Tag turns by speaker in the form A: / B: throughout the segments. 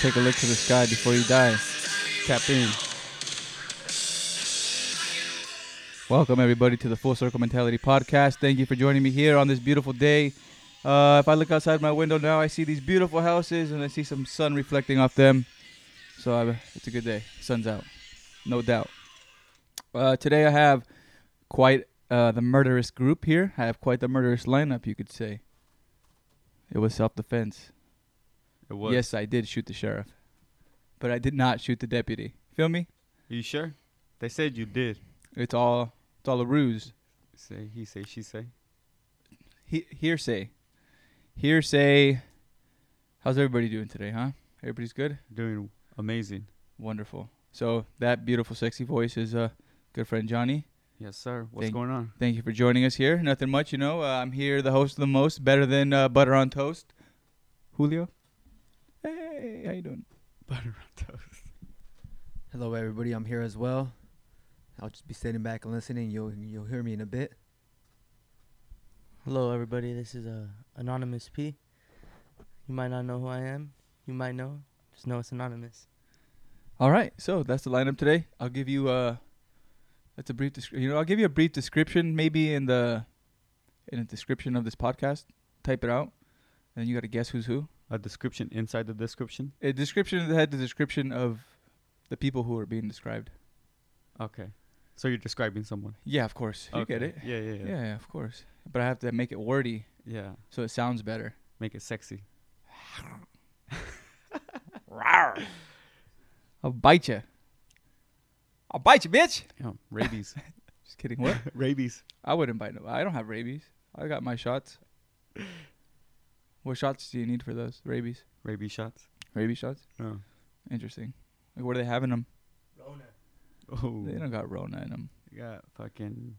A: take a look to the sky before you die. Tap in. Welcome, everybody, to the Full Circle Mentality Podcast. Thank you for joining me here on this beautiful day. Uh, if I look outside my window now, I see these beautiful houses and I see some sun reflecting off them. So I, it's a good day. Sun's out, no doubt. Uh, today I have quite uh, the murderous group here. I have quite the murderous lineup, you could say. It was self defense.
B: It was.
A: Yes, I did shoot the sheriff, but I did not shoot the deputy. Feel me?
B: Are you sure? They said you did.
A: It's all it's all a ruse.
B: Say he say she say.
A: He- hearsay, hearsay. How's everybody doing today, huh? Everybody's good.
B: Doing amazing.
A: Wonderful. So that beautiful, sexy voice is uh, good friend Johnny.
B: Yes, sir. What's
A: Thank-
B: going on?
A: Thank you for joining us here. Nothing much, you know. Uh, I'm here, the host of the most, better than uh, butter on toast. Julio. Hey, how you doing?
B: Butter on toast.
C: Hello, everybody. I'm here as well. I'll just be sitting back and listening. You'll you'll hear me in a bit.
D: Hello, everybody. This is uh, Anonymous P. You might not know who I am. You might know. Just know it's anonymous.
A: All right, so that's the lineup today. I'll give you uh that's a brief description. You know, I'll give you a brief description, maybe in the in a description of this podcast. Type it out, and then you got to guess who's who.
B: A description inside the description.
A: A description that had the description of the people who are being described.
B: Okay. So you're describing someone.
A: Yeah, of course, you get
B: Okay.
A: it.
B: Yeah, yeah,
A: Yeah.
B: yeah, yeah.
A: of course. But I have to make it wordy so it sounds better.
B: Make it sexy.
A: I'll bite you. I'll bite you, bitch.
B: Yeah. Rabies.
A: Just kidding. What?
B: Rabies.
A: I wouldn't bite nobody. I don't have rabies. I got my shots. what shots do you need for those? Rabies?
B: Rabies shots.
A: Rabies shots?
B: No.
A: Interesting. Like, what are they having them?
B: Oh.
A: They don't got Rona in them.
B: got fucking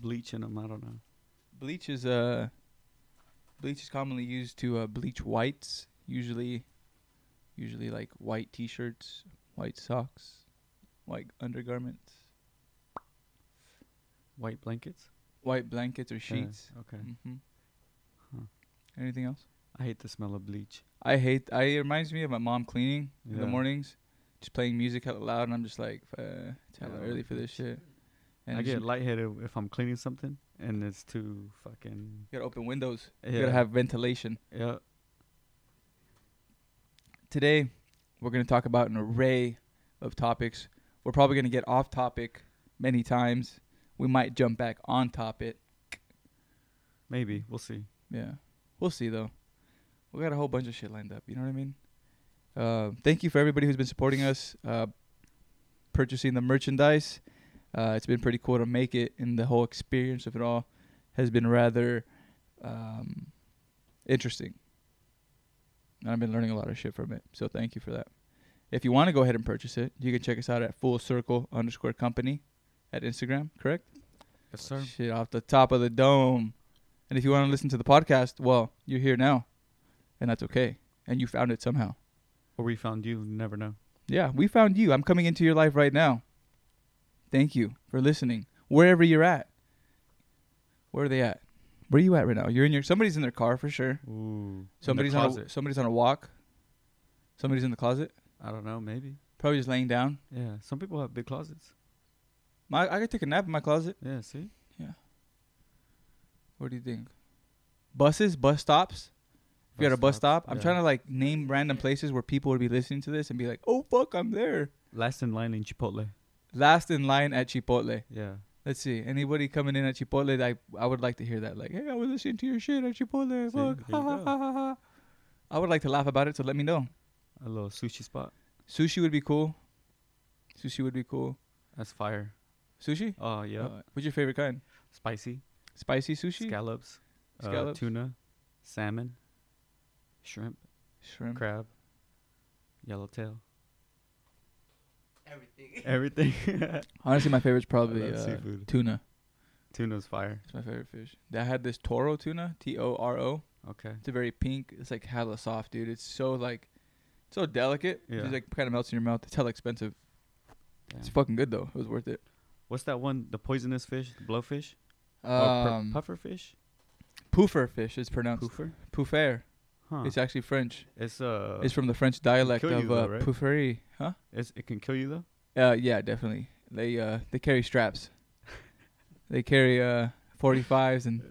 B: bleach in them. I don't know.
A: Bleach is uh, bleach is commonly used to uh, bleach whites. Usually, usually like white T-shirts, white socks, white undergarments,
B: White blankets.
A: white blankets or sheets.
B: Okay.
A: hmm
B: Huh.
A: Anything else?
B: I hate the smell of bleach.
A: I hate. I it reminds me of my mom cleaning in the
B: Yeah.
A: mornings, just playing music out loud, and I'm just like, uh, it's hella
B: Yeah,
A: early for this shit. And
B: I
A: just-
B: get lightheaded if I'm cleaning something and it's too fucking.
A: you gotta open windows. You
B: Yeah.
A: gotta have ventilation.
B: Yeah.
A: Today, we're gonna talk about an array of topics. We're probably gonna get off topic many times. We might jump back on topic.
B: Maybe we'll see.
A: Yeah, we'll see though. We got a whole bunch of shit lined up. You know what I mean? Uh, thank you for everybody who's been supporting us, uh, purchasing the merchandise. Uh, it's been pretty cool to make it, and the whole experience of it all has been rather um, interesting. And I've been learning a lot of shit from it, so thank you for that. If you want to go ahead and purchase it, you can check us out at Full Circle underscore Company at Instagram. Correct.
B: Yes, sir.
A: Shit off the top of the dome. And if you want to listen to the podcast, well, you're here now. And that's okay. And you found it somehow.
B: Or we found you. Never know.
A: Yeah, we found you. I'm coming into your life right now. Thank you for listening. Wherever you're at. Where are they at? Where are you at right now? You're in your somebody's in their car for sure.
B: Ooh.
A: Somebody's on a, somebody's on a walk. Somebody's in the closet.
B: I don't know. Maybe.
A: Probably just laying down.
B: Yeah. Some people have big closets.
A: My I could take a nap in my closet.
B: Yeah. See.
A: What do you think? Buses, bus stops. If you're at a bus stop, I'm trying to like name random places where people would be listening to this and be like, "Oh fuck, I'm there."
B: Last in line in Chipotle.
A: Last in line at Chipotle.
B: Yeah.
A: Let's see. Anybody coming in at Chipotle? I I would like to hear that. Like, hey, I was listening to your shit at Chipotle.
B: See, there
A: Fuck.
B: you
A: Ha, ha,
B: go.
A: ha, ha, ha. I would like to laugh about it. So let me know.
B: A little sushi spot.
A: Sushi would be cool. Sushi would be cool.
B: That's fire.
A: Sushi.
B: Oh yeah.
A: Uh, what's your favorite kind?
B: Spicy.
A: Spicy sushi.
B: Scallops. Mm-hmm. uh,
A: Scallops.
B: tuna. Salmon. Shrimp.
A: Shrimp.
B: Crab. Yellowtail.
D: Everything.
B: Everything.
A: Honestly, my favorite's probably
B: love
A: uh,
B: seafood.
A: tuna.
B: Tuna's fire.
A: It's my favorite fish. I had this Toro tuna. T O R O.
B: Okay.
A: It's a very pink. It's like hella soft, dude. It's so like, so delicate. It
B: Yeah.
A: just like kind of melts in your mouth. It's hella expensive. It's
B: Damn.
A: fucking good though. It was worth it.
B: What's that one? The poisonous fish, the blowfish, Or
A: Um,
B: puffer fish,
A: puffer fish is pronounced
B: poofer.
A: puffer.
B: Huh.
A: It's actually French.
B: It's uh.
A: it's from the French dialect
B: kill
A: of
B: you though,
A: uh,
B: right?
A: puffery, huh?
B: It's, it can kill you though.
A: Uh, yeah, definitely. They uh they carry straps. they carry uh 45s and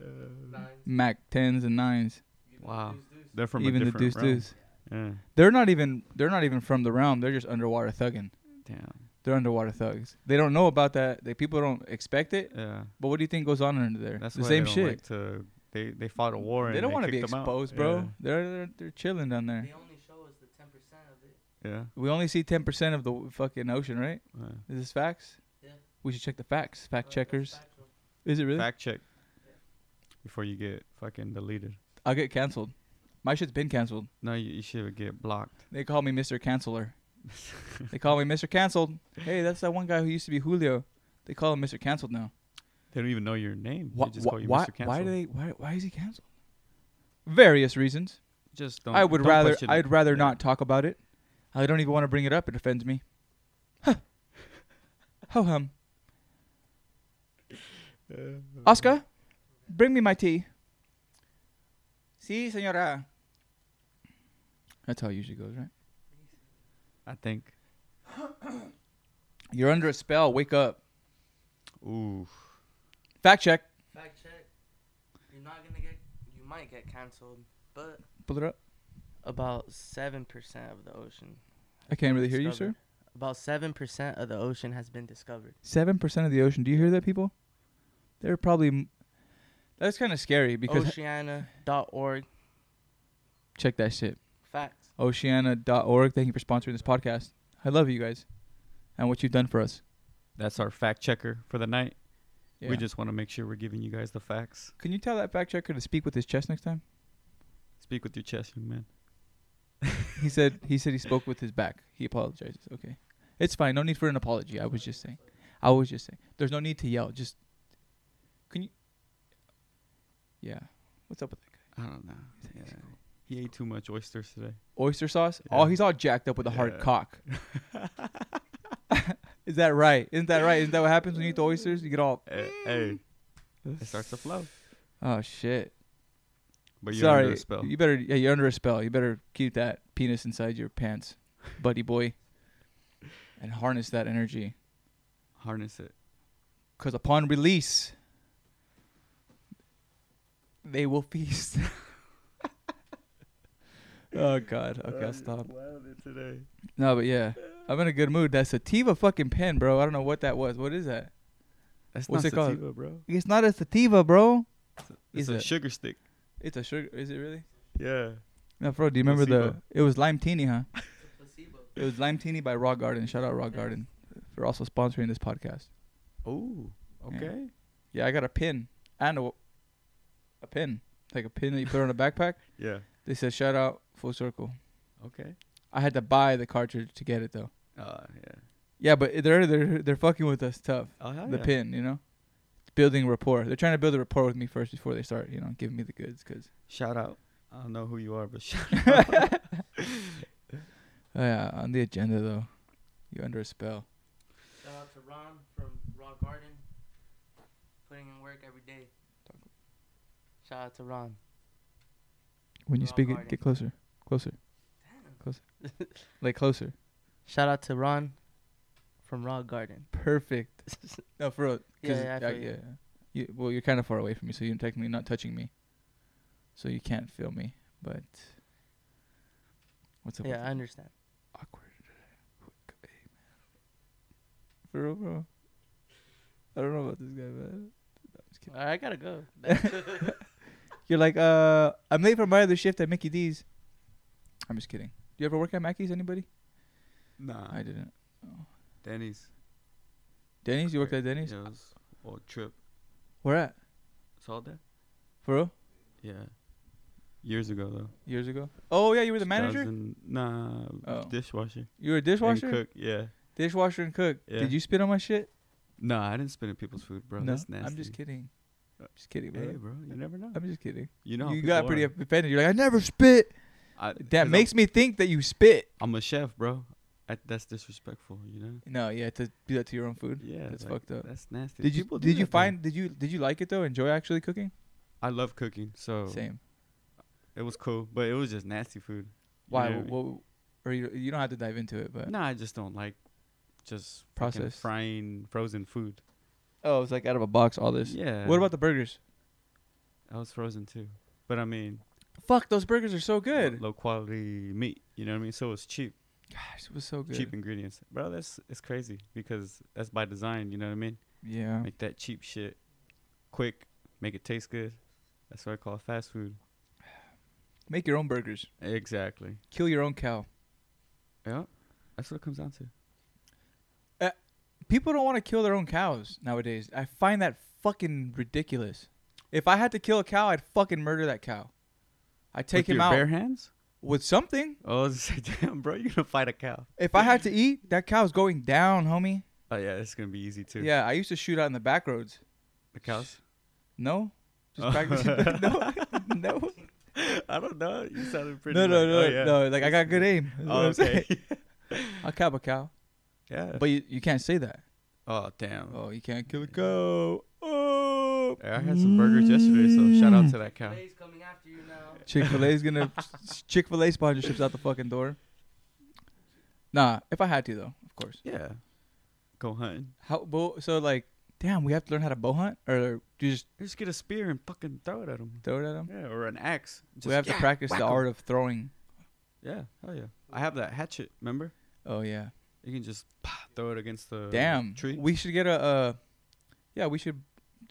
A: Mac 10s and 9s,
B: Wow. They're from
A: even
B: a
A: the
B: different
A: deuce
B: realm.
A: deuce.
B: Yeah.
A: They're not even they're not even from the realm. They're just underwater thugging.
B: Damn.
A: They're underwater thugs. They don't know about that. They people don't expect it.
B: Yeah.
A: But what do you think goes on under there?
B: That's
A: the
B: why
A: same
B: they don't
A: shit.
B: Like to, they they fought a war.
A: they
B: and
A: don't
B: want to
A: be exposed, bro. They're, they're they're chilling down there.
D: They only show us the 10% of it.
B: Yeah. yeah.
A: We only see 10% of the w- fucking ocean, right?
B: yeah.
A: Is this facts?
D: Yeah.
A: We should check the facts. Fact checkers. Is it really?
B: Fact check before you get fucking deleted.
A: I'll get canceled. My shit's been canceled.
B: No, you, you should get blocked.
A: They call me Mr. Canceler. they call me Mr. Canceled. Hey, that's that one guy who used to be Julio. They call him Mr. Canceled now.
B: They don't even know your name.
A: Wha-
B: they just
A: wha-
B: call you
A: why,
B: Mr. Cancel.
A: why do they? Why, why is he canceled? Various reasons.
B: Just don't.
A: I would
B: don't
A: rather.
B: question it.
A: I'd rather
B: Yeah.
A: not talk about it. I don't even want to bring it up. It offends me. Huh. Ho hum. Oscar, bring me my tea. Si, senora. That's how it usually goes, right?
B: I think.
A: You're under a spell. Wake up.
B: Ooh.
A: Fact check.
D: Fact check. You're not going to get, you might get canceled, but
A: Pull it up.
D: about 7% of the ocean.
A: I can't really hear you, sir.
D: discovered. About 7% of the ocean has been discovered.
A: Seven percent of the ocean. Do you hear that, people? They're probably. m- That's kind of scary because
D: Oceana.org.
A: check that shit.
D: Facts.
A: Oceana.org. Thank you for sponsoring this podcast. I love you guys, and what you've done for us.
B: That's our fact checker for the night.
A: Yeah.
B: We just want to make sure we're giving you guys the facts.
A: Can you tell that fact checker to speak with his chest next time?
B: Speak with your chest, young man.
A: He said he said he spoke with his back. He apologizes. Okay, it's fine. No need for an apology. I was just saying. I was just saying. There's no need to yell. Just can you? Yeah. What's up with that guy?
B: I don't know. Yeah. He ate too much oysters today.
A: Oyster sauce.
B: Yeah.
A: Oh, he's all jacked up with a hard
B: Yeah.
A: cock. Is that right? Isn't that right? Isn't that what happens when you eat the oysters? You get all.
B: Eh, Hey, it starts to flow.
A: Oh shit.
B: But you're
A: Sorry.
B: under a spell.
A: You better. Yeah, you're under a spell. You better keep that penis inside your pants, buddy boy, and harness that energy.
B: Harness it.
A: Cause upon release, they will feast. oh God. Okay, I'll stop.
B: today.
A: No, but yeah, I'm in a good mood. That sativa fucking pen, bro. I don't know what that was. What is that?
B: That's
A: What's
B: What's
A: it
B: not
A: called?
B: sativa, bro.
A: It's not a sativa, bro. Is
B: It's a
A: it?
B: sugar stick.
A: It's a sugar. Is it really?
B: Yeah.
A: No, bro. Do you remember
B: Placebo.
A: the? It was lime teeny, huh?
D: Placebo.
A: It was lime teeny by Raw Garden. Shout out Raw Garden for also sponsoring this podcast.
B: Oh,
A: Yeah.
B: okay.
A: Yeah, I got a pin and a, a pin, like a pin that you put on a backpack.
B: Yeah.
A: They said shout out full circle.
B: Okay.
A: I had to buy the cartridge to get it though.
B: Uh, yeah.
A: Yeah, but they're they're they're fucking with us tough.
B: Oh, hell
A: the
B: yeah.
A: pin, you know, building rapport. They're trying to build a rapport with me first before they start, you know, giving me the goods. Cause
B: Shout out. I don't know who you are, but shout
A: Oh, yeah, on the agenda though, you're under a spell.
D: Shout out to Ron from Raw Garden. Putting in work every day. Shout out to Ron.
A: When you
D: Raw
A: speak, it
D: Garden.
A: get closer, closer, closer, like closer.
D: Shout out to Ron from Raw Garden.
A: Perfect. no, for real. 'cause- uh,
D: Yeah, yeah, I feel you.
A: You, well, you're kind of far away from me, so you're technically not touching me, so you can't feel me. But what's up?
D: Yeah, I
A: with
D: understand.
A: that? awkward. Hey, man. For real, bro. I don't know about this guy, man.
D: I gotta go.
A: You're like, uh, I'm late for my other shift at Mickey D's. I'm just kidding. Do you ever work at Mackey's? Anybody?
B: Nah.
A: I didn't.
B: Denny's.
A: Denny's? You worked at Denny's?
B: Yeah, it was all trip.
A: Where at?
B: It's all that?
A: For real?
B: Yeah. Years ago, though.
A: Years ago? Oh yeah, you were the manager.
B: 2000 Nah.
A: Oh.
B: Dishwasher.
A: You were a
B: And
A: dishwasher.
B: cook, yeah.
A: Dishwasher and cook.
B: Yeah.
A: Did you spit on my shit?
B: Nah, I didn't spit in people's food, bro. That's nasty.
A: I'm just kidding.
B: Uh,
A: Just kidding, bro.
B: Hey, bro. You never know.
A: I'm just kidding.
B: You know. how
A: you
B: people
A: got pretty
B: are.
A: offended. You're like, I never spit.
B: I-
A: That
B: 'cause
A: makes me think that you spit.
B: I'm, I'm a chef, bro. I, that's disrespectful, you know.
A: No, yeah, to do that to your own food.
B: Yeah,
A: That's
B: like,
A: fucked up.
B: That's nasty.
A: Did you
B: People do
A: did you
B: that, though. Oh,
A: find did you did you like it though? Enjoy actually cooking?
B: I love cooking, so
A: Same.
B: It was cool, but it was just nasty food. You
A: Why?
B: know what I mean?
A: What, or you, you don't have to dive into it, but
B: No, I just don't like just fucking
A: Processed.
B: frying frozen food.
A: oh, it's like out of a box. All this.
B: Yeah.
A: What about the burgers?
B: I was frozen too, but I mean,
A: Fuck, those burgers are so
B: lo-
A: good.
B: low quality meat. You know what I mean? So it's cheap,
A: Gosh, it was so good.
B: cheap ingredients, bro. That's it's crazy because that's by design. You know what I mean?
A: Yeah.
B: Make that cheap shit quick, make it taste good. That's what I call fast food.
A: Make your own burgers.
B: Exactly.
A: Kill your own cow.
B: Yeah. That's what it comes down to.
A: People don't want to kill their own cows nowadays. I find that fucking ridiculous. If I had to kill a cow, I'd fucking murder that cow. I'd take
B: With
A: him
B: your
A: out
B: bare hands.
A: with something.
B: Oh, I was gonna say, damn, bro, you gonna fight a cow?
A: If I had to eat, that cow's going down, homie.
B: Oh yeah, it's gonna be easy too.
A: Yeah, I used to shoot out in the back roads.
B: the cows.
A: No? Just
B: Oh.
A: practice. no. No.
B: I don't know. You sounded pretty.
A: No, no,
B: like,
A: no,
B: oh, yeah.
A: no. Like I got good aim. is
B: Oh,
A: what I'm saying.
B: okay.
A: I'll cap a cow,
B: yeah.
A: but you, you can't say that.
B: oh damn.
A: Oh, you can't kill a cow. Oh,
B: Hey, I had some burgers yesterday, so shout out to that cow.
D: Blaze coming after you now.
A: Chick Fil A's gonna Chick Fil A sponsorships out the fucking door. Nah, if I had to though, of course.
B: Yeah. Go hunting.
A: How bo- so like, damn, we have to learn how to bow hunt, or do you just
B: Just get a spear and fucking throw it at him.
A: throw it at them?
B: Yeah, or an axe. Just,
A: we have to
B: yeah,
A: practice
B: whack
A: the
B: 'em.
A: art of throwing.
B: Yeah, hell yeah. I have that hatchet. Remember?
A: Oh yeah,
B: You can just pah, throw it against the
A: damn.
B: tree.
A: We should get a, uh, yeah, we should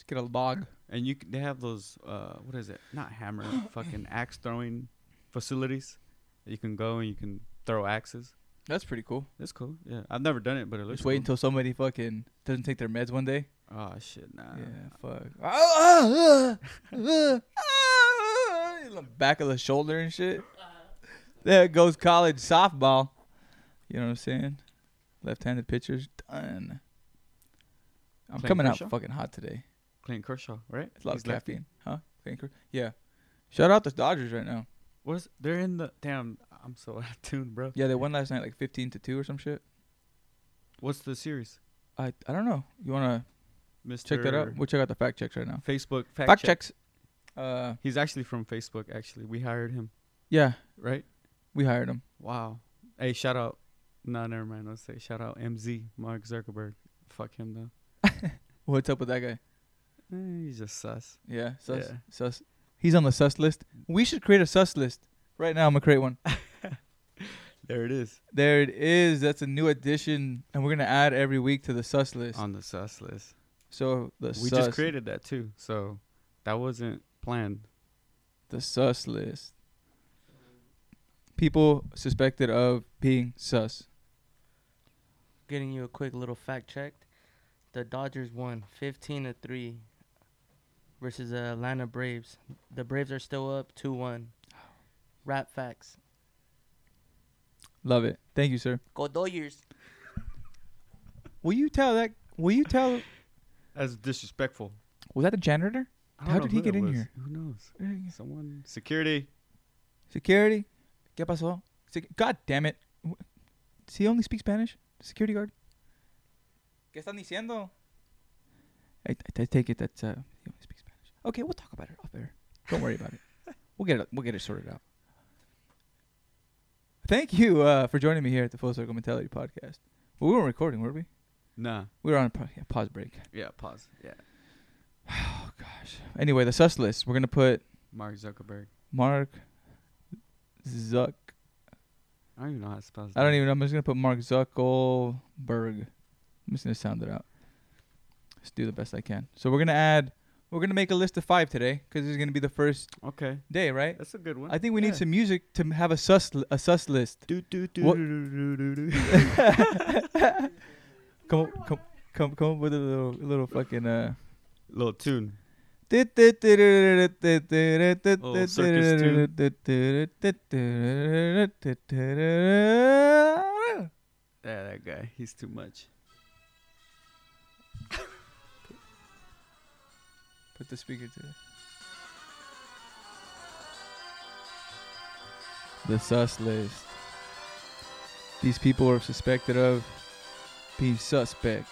A: get a log.
B: and you c- they have those uh what is it not hammer fucking axe throwing facilities you can go and you can throw axes
A: That's pretty cool.
B: that's cool yeah i've never done it but it looks
A: Just wait until somebody fucking doesn't take their meds one day.
B: oh shit nah
A: Yeah, fuck. Ah, ah, ah, ah, ah, Back of the shoulder and shit.
B: Uh-huh.
A: There goes college softball. You know what I'm saying? Left-handed pitchers done. I'm
B: Clayton
A: coming
B: Kershaw?
A: out fucking hot today.
B: clayton kershaw right
A: It's a lot
B: He's
A: of
B: lefty.
A: caffeine, huh? Clayton Ker- Yeah. Shout out the Dodgers right now.
B: what is they're in the damn i'm so out of tune bro
A: Yeah, they won last night like 15 to two or some shit.
B: what's the series
A: I I don't know. You wanna
B: mr
A: check that out? We'll check out the fact checks right now.
B: facebook fact,
A: Fact,
B: check.
A: checks. Uh,
B: he's actually from facebook actually we hired him
A: yeah,
B: right
A: we hired him.
B: wow hey shout out no never mind i'll say shout out mz mark zuckerberg fuck him though
A: What's up with that guy?
B: Eh, he's just sus
A: Yeah, sus,
B: Yeah.
A: sus. He's on the sus list. We should create a sus list. Right now, I'm gonna create one.
B: there it is
A: There it is. That's a new addition, and we're gonna add every week to the sus list.
B: on the sus list
A: so the
B: we
A: sus,
B: just created that too, so that wasn't planned.
A: the sus list. People suspected of being sus.
D: Getting you a quick little fact check. The Dodgers won 15 to 3 versus the Atlanta Braves. The Braves are still up 2 1. Rap facts.
A: Love it. Thank you, sir.
D: Go Dodgers.
A: Will you tell that? Will you tell?
B: That's disrespectful.
A: Was that the janitor?
B: I don't
A: How
B: know
A: did he
B: who
A: get
B: that
A: in
B: was.
A: here?
B: Who knows? Someone. Security.
A: Security. ¿Qué pasó? Sec- God damn it. Wh- Does he only speak Spanish? Security guard. ¿Qué están diciendo? I, I take it that uh, he only speaks Spanish. Okay, we'll talk about it off air. Don't worry about it. We'll get it. We'll get it sorted out. Thank you uh, for joining me here at the Full Circle Mentality Podcast. Well, we weren't recording, were we?
B: Nah.
A: We were on a pa- yeah, pause break.
B: Yeah. Pause. Yeah.
A: Anyway, the sus list. We're gonna put
B: Mark Zuckerberg.
A: Mark Zuck.
B: I don't even know how to spell. his
A: I don't
B: name.
A: even. I'm just gonna put Mark Zuckerberg. I'm just gonna sound it out. Let's do the best I can. So we're gonna add. We're gonna make a list of five today because it's gonna be the first
B: Okay.
A: day, right?
B: That's a good one.
A: I think we
B: yeah.
A: need some music to have a sus a sus list.
B: Do do do
A: What-
B: do do do do. do.
A: Come up, come, come, come up with a little, little fucking uh.
B: Little tune. Yeah, that guy. He's too much.
A: Put the speaker to it. The sus list. These people are suspected of being suspect.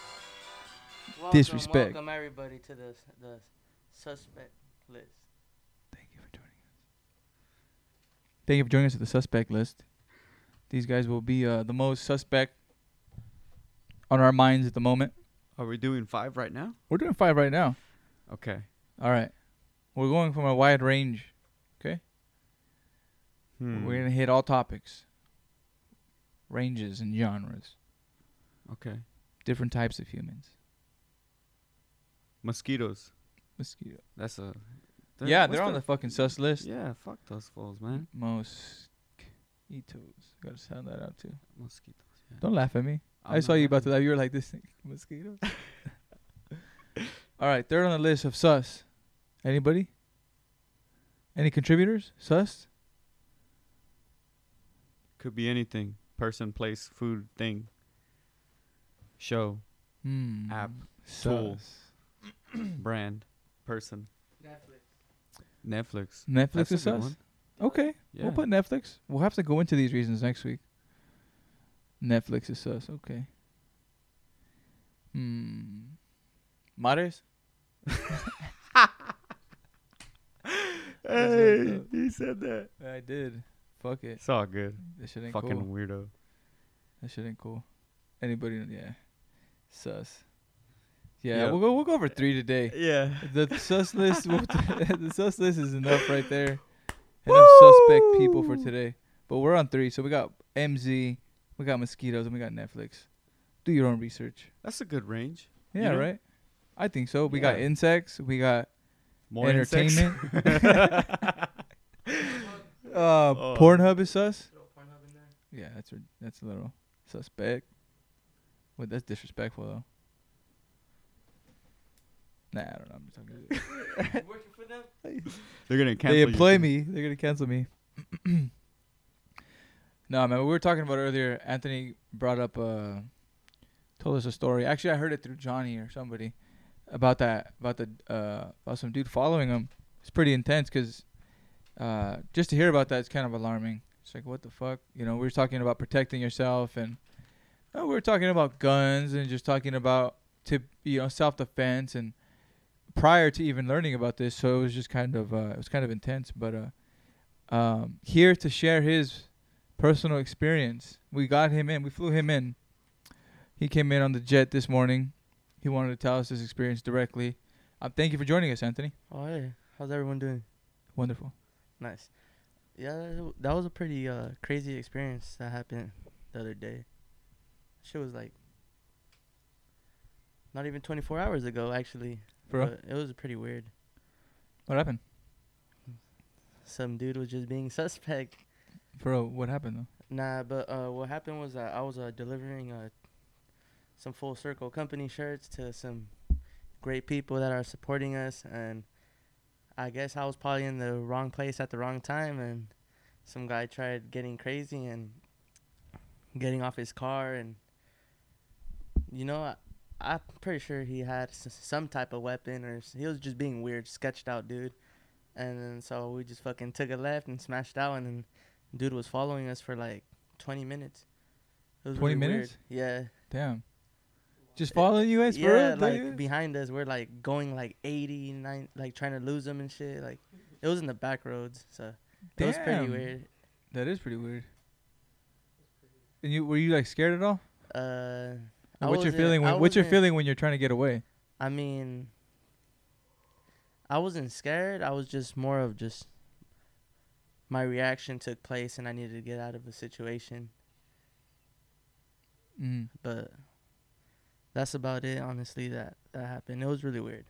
D: Welcome,
A: Disrespect.
D: Welcome everybody to the, the suspect list.
A: Thank you for joining us. Thank you for joining us at the suspect list. These guys will be uh, the most suspect on our minds at the moment.
B: Are we doing five right now?
A: We're doing five right now.
B: Okay.
A: All right. We're going from a wide range.
B: Hmm.
A: We're going to hit all topics, ranges, and genres,
B: okay.
A: different types of humans.
B: Mosquitoes.
A: Mosquito.
B: That's a.
A: yeah,
B: what's
A: they're on the fucking sus list.
B: Yeah, fuck those fools, man.
A: Mosquitoes. Gotta sound that out too.
B: Mosquitoes. Yeah.
A: Don't laugh at me. i
B: I'm
A: saw
B: not
A: you about to
B: laughing.
A: laugh. You were like this thing. Mosquitoes. All right, third on the list of sus. Anybody? Any contributors? Sus?
B: Could be anything. Person, place, food, thing. Show,
A: Hmm.
B: App. Tool.
A: Sus. Hmm.
B: brand, person. Netflix.
A: Netflix
B: That's a
A: is sus.
B: good one.
A: Okay,
B: Yeah.
A: we'll put Netflix. We'll have to go into these reasons next week. Netflix is sus. Okay. Hmm. Mares? That's
B: hey,
A: fucked up.
B: he said that.
A: I did. Fuck it.
B: It's all good.
A: That shit ain't
B: Fucking
A: cool.
B: weirdo.
A: That shit ain't cool. Anybody? Yeah, sus. Yeah,
B: Yeah.
A: we'll go. We'll go over three today.
B: Yeah.
A: The sus list. we'll- the sus list is enough right there. Enough suspect people for
B: Woo!
A: today. But we're on three, so we got MZ, we got mosquitoes, and we got Netflix. Do your own research.
B: That's a good range. You
A: Yeah,
B: know?
A: right. I think so. We got
B: Yeah.
A: insects. We got
B: More insects.
A: entertainment. uh,
B: Oh.
A: Pornhub is sus. Yeah, that's rid- that's a little suspect. Wait, that's disrespectful though. Nah, I don't know. I'm just talking. shit.
B: They're gonna cancel.
A: they
B: you
A: employ
B: too.
A: me. They're gonna cancel me. no, man. We were talking about earlier. Anthony brought up, uh, told us a story. Actually, I heard it through Johnny or somebody about that about the uh, about some dude following him. It's pretty intense because uh, just to hear about that is kind of alarming. It's like what the fuck, you know? We were talking about protecting yourself, and no, we were talking about guns and just talking about to you know self defense and prior to even learning about this, so it was just kind of uh, it was kind of intense. But uh, um, here to share his personal experience, we got him in. We flew him in. He came in on the jet this morning. He wanted to tell us his experience directly. Um, thank you for joining us, Anthony.
D: Oh hey, how's everyone doing?
A: Wonderful.
D: Nice. Yeah, that w- that was a pretty uh, crazy experience that happened the other day. Shit was like not even 24 hours ago, actually.
A: Bro,
D: but it was pretty weird.
A: what happened?
D: Some dude was just being suspect.
A: Bro, what happened though?
D: Nah, but uh, what happened was that I was uh, delivering uh, some full circle company shirts to some great people that are supporting us, and I guess I was probably in the wrong place at the wrong time, and some guy tried getting crazy and getting off his car, and you know, I, I'm pretty sure he had s- some type of weapon, or s- he was just being weird, sketched out dude, and then so we just fucking took a left and smashed out, and then dude was following us for like 20 minutes. It was
A: 20
D: really weird.
A: minutes?
D: Yeah.
A: Damn. Just following you guys, bro.
D: Eh, Yeah,
A: Don't
D: like
A: you-
D: behind us, we're like going like 89, like trying to lose them and shit. Like it was in the back roads, so it was pretty
A: Damn.
D: weird.
A: that is pretty weird. And you were you like scared at all?
D: Uh, I
A: What's your
D: wasn't-
A: feeling?
D: I
A: When, what's your
D: wasn't-
A: feeling when you're trying to get away?
D: I mean, I wasn't scared. I was just more of just my reaction took place, and I needed to get out of the situation.
A: Mm.
D: But that's about it, honestly. That that happened. It was really weird.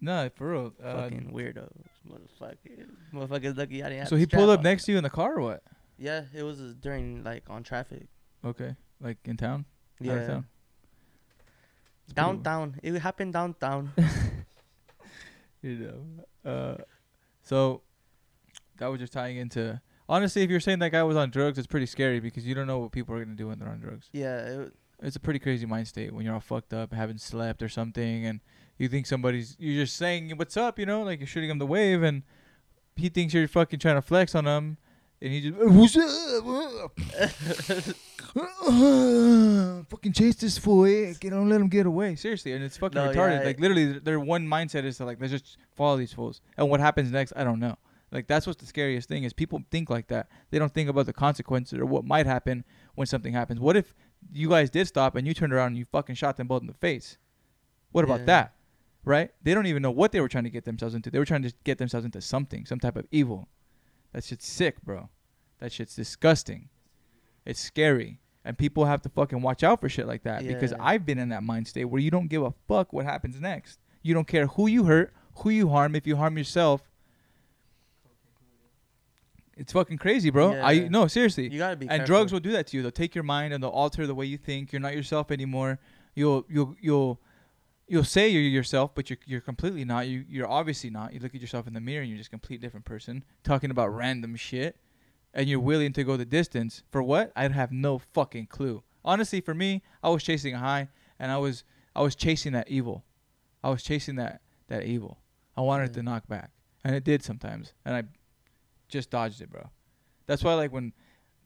A: No, for real. Uh,
D: Fucking weirdos, motherfucker. Motherfuckers, lucky I didn't have.
A: so
D: the
A: he pulled
D: strap
A: up
D: on.
A: next to you in the car or what?
D: Yeah, it was uh, during like on traffic.
A: Okay. Like in town? Out of
D: Yeah,
A: town? It's pretty weird.
D: downtown. It happened downtown.
A: You know. Uh, so that was just tying into. Honestly, if you're saying that guy was on drugs, it's pretty scary because you don't know what people are going to do when they're on drugs.
D: yeah, it,
A: It's a pretty crazy mind state when you're all fucked up, haven't slept or something, and you think somebody's. You're just saying, what's up, you know? Like you're shooting him the wave, and he thinks you're fucking trying to flex on him, and he just. What's up? Uh, fucking chase this fool. eh? Get- Don't let him get away. Seriously, and it's fucking
D: No,
A: retarded.
D: yeah,
A: like
D: I-
A: literally, th- their one mindset is to like let's just follow these fools, and what happens next, I don't know. Like that's what's the scariest thing is people think like that. They don't think about the consequences or what might happen when something happens. What if you guys did stop and you turned around and you fucking shot them both in the face? What about
D: Yeah.
A: that? Right? They don't even know what they were trying to get themselves into. They were trying to just get themselves into something, some type of evil. That shit's sick, bro. That shit's disgusting. It's scary. And people have to fucking watch out for shit like that because
D: Yeah.
A: I've been in that mind state where you don't give a fuck what happens next. You don't care who you hurt, who you harm, if you harm yourself. It's fucking crazy, bro. I
D: Yeah.
A: no, seriously.
D: You gotta be.
A: and drugs will do that to you. They'll take your mind and they'll alter the way you think. You're not yourself anymore. You'll you'll you'll you'll say you're yourself, but you're you're completely not. You you're obviously not. You look at yourself in the mirror and you're just a complete different person talking about random shit and you're willing to go the distance for what? I'd have no fucking clue. Honestly, for me, I was chasing a high, and I was I was chasing that evil. I was chasing that that evil. I wanted it
D: Yeah.
A: to knock back, and it did sometimes, and I just dodged it, bro. That's why, like, when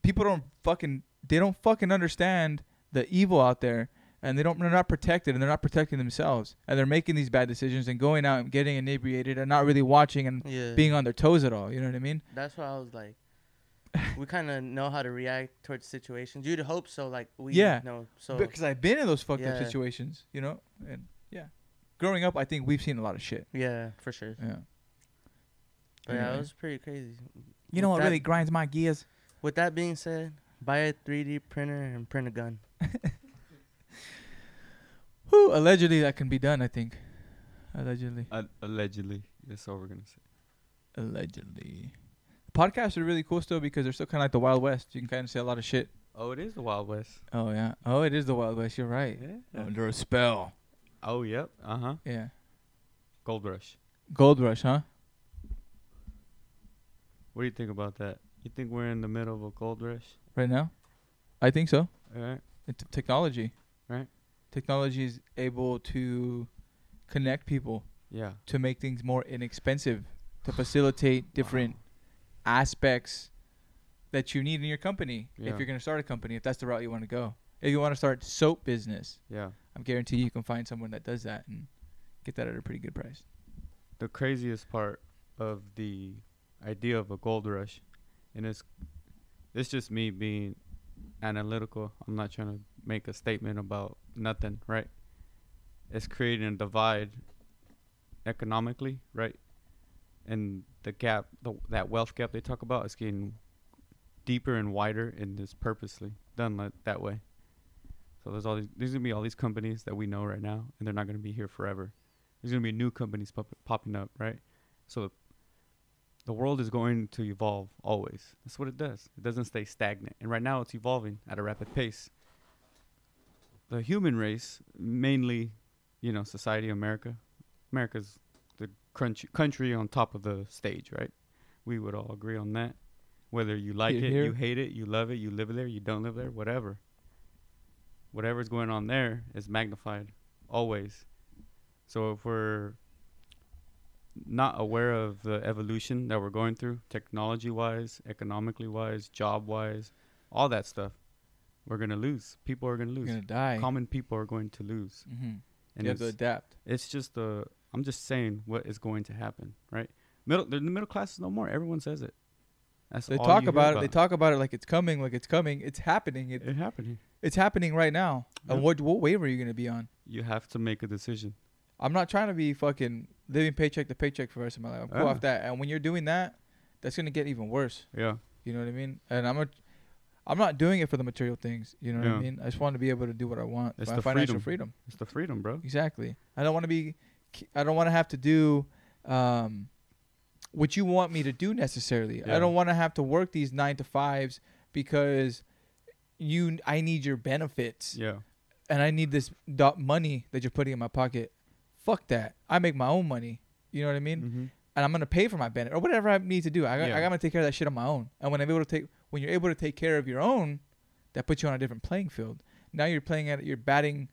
A: people don't fucking they don't fucking understand the evil out there, and they don't they're not protected, and they're not protecting themselves, and they're making these bad decisions and going out and getting inebriated and not really watching and
D: Yeah.
A: being on their toes at all. You know what I mean?
D: That's why I was like, we kind of know how to react towards situations. You'd hope so. Like we
A: Yeah.
D: know. So
A: because I've been in those fucked up
D: Oh. Yeah.
A: situations, you know. And yeah, growing up, I think we've seen a lot of shit.
D: yeah, for sure.
A: Yeah.
D: But yeah,
A: Anyway.
D: it was pretty crazy.
A: You know what
D: With that-
A: really grinds my gears?
D: With that being said, buy a 3D printer and print a gun.
A: Who allegedly that can be done? I think. Allegedly.
B: A- allegedly. That's all we're gonna say.
A: Allegedly. Podcasts are really cool still because they're still kind of like the Wild West. You can kind of say a lot of shit.
B: Oh, it is the Wild West.
A: Oh yeah. Oh, it is the Wild West. You're right. Under a spell.
B: Oh, yep. Uh huh.
A: Yeah.
B: Gold Rush.
A: Gold Rush, huh?
B: What do you think about that? You think we're in the middle of a gold rush?
A: Right now. I think so.
B: All right.
A: It's technology.
B: Right.
A: Technology is able to connect people.
B: Yeah.
A: to make things more inexpensive, to facilitate different aspects that you need in your company
B: Yeah.
A: if you're going to start a company, if that's the route you want to go. If you want to start soap business,
B: Yeah.
A: I guarantee you can find someone that does that and get that at a pretty good price.
B: the craziest part of the idea of a gold rush, and it's it's just me being analytical. I'm not trying to make a statement about nothing, right? It's creating a divide economically, right? And the gap, the, that wealth gap they talk about, is getting deeper and wider, and it's purposely done like that way. So there's all these, there's gonna be all these companies that we know right now, and they're not gonna be here forever there's going to be new companies pop- popping up, right? So the world is going to evolve always. That's what it does. It doesn't stay stagnant. And right now it's evolving at a rapid pace. The human race, mainly, you know, society, America. America's the crunch- country on top of the stage, right? We would all agree on that. Whether you like
A: Hear,
B: it,
A: hear.
B: you hate it, you love it, you live there, you don't live there, whatever. Whatever's going on there is magnified always. So if we're not aware of the evolution that we're going through, technology wise, economically wise, job wise, all that stuff, we're gonna lose. People are gonna
A: You're
B: lose.
A: going to die.
B: Common people are going to lose.
A: mm-hmm.
B: And
A: You have
B: it's,
A: to adapt.
B: it's just the I'm just saying what is going to happen, right? Middle the middle class is no more. Everyone says it. That's
A: They
B: all
A: talk
B: you hear
A: about it. They talk about it like it's coming, like it's coming. It's happening. It,
B: It happening.
A: it's happening right now. And
B: Yeah.
A: what what wave are you going to be on?
B: You have to make a decision.
A: I'm not trying to be fucking living paycheck to paycheck for the rest of my life. I'm cool
B: Yeah.
A: off that. And when you're doing that, that's gonna get even worse.
B: Yeah.
A: You know what I mean? And I'm a, I'm not doing it for the material things. You know what I
B: Yeah.
A: mean? I just want to be able to do what I want.
B: It's
A: my
B: the
A: financial freedom.
B: freedom. It's the freedom, bro.
A: Exactly. I don't want to be. I don't want to have to do, um, what you want me to do necessarily. I
B: Yeah.
A: don't want to have to work these nine to fives because you. I need your benefits
B: Yeah.
A: and I need this do- money that you're putting in my pocket. Fuck that. I make my own money. You know what I mean?
B: Mm-hmm.
A: And I'm gonna pay for my benefit or whatever I need to do. I, got I
B: Yeah.
A: gotta take care of that shit on my own. And when I'm able to take, when you're able to take care of your own, that puts you on a different playing field. Now you're playing at, you're batting,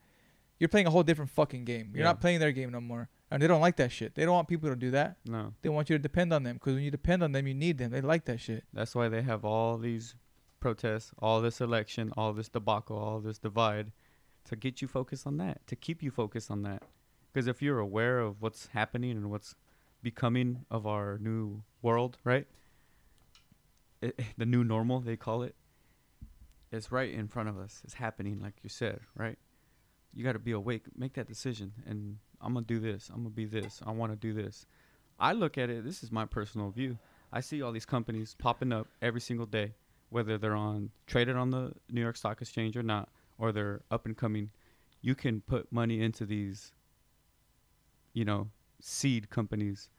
A: you're playing a whole different fucking game. You're
B: Yeah.
A: not playing their game no more. And they don't like that shit. They don't want people to do that.
B: Mm-hmm. No.
A: They want you to depend on them because when you depend on them, you need them. They like that shit.
B: That's why they have all these protests, all this election, all this debacle, all this divide to get you focused on that, to keep you focused on that. Because if you're aware of what's happening and what's becoming of our new world, right? It, the new normal they call it. It's right in front of us. It's happening, like you said, right? You got to be awake. Make that decision, and I'm gonna do this. I'm gonna be this. I want to do this. I look at it. This is my personal view. I see all these companies popping up every single day, whether they're on traded on the New York Stock Exchange or not, or they're up and coming. You can put money into these, you know, seed companies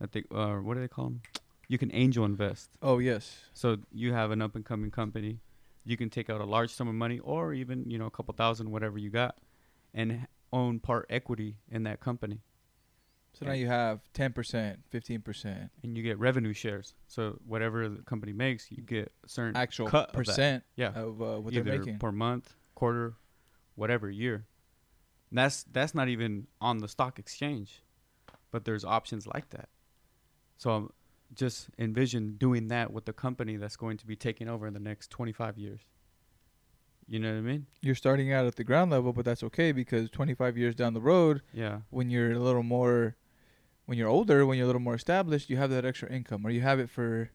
B: that they uh, what do they call them? You can angel invest.
A: Oh yes.
B: So you have an up and coming company, you can take out a large sum of money or even you know a couple thousand, whatever you got, and h- own part equity in that company,
A: So now you have ten percent, fifteen percent
B: and you get revenue shares. So whatever the company makes, you get a certain
A: actual
B: cut of that.
A: percent
B: yeah
A: of, uh, what
B: either
A: they're making.
B: per month, quarter, whatever year. And that's that's not even on the stock exchange, but there's options like that. So um, just envision doing that with the company that's going to be taking over in the next 25 years. You know what I mean?
A: You're starting out at the ground level, but that's okay because 25 years down the road,
B: Yeah.
A: when you're a little more, when you're older, when you're a little more established, you have that extra income, or you have it for,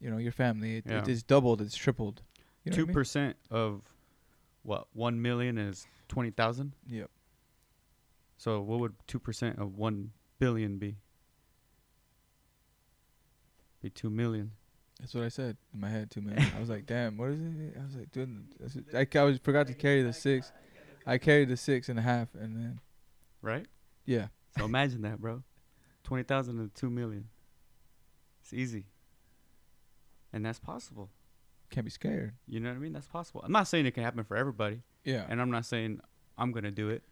A: you know, your family. It,
B: Yeah.
A: it is doubled. It's tripled. You know
B: Two
A: what I mean?
B: percent of what one million is twenty thousand.
A: Yep.
B: So what would two percent of one billion be? Be two million.
A: That's what I said in my head too, man. I was like, damn, what is it? I was like, doing. I, ca- I was, forgot to carry the six. I carried the six and a half, and then
B: Right.
A: yeah,
B: So imagine that, bro. Twenty thousand to two million. It's easy. And that's possible.
A: can't be scared.
B: You know what I mean? That's possible. I'm not saying it can happen for everybody,
A: Yeah.
B: and I'm not saying I'm gonna do it.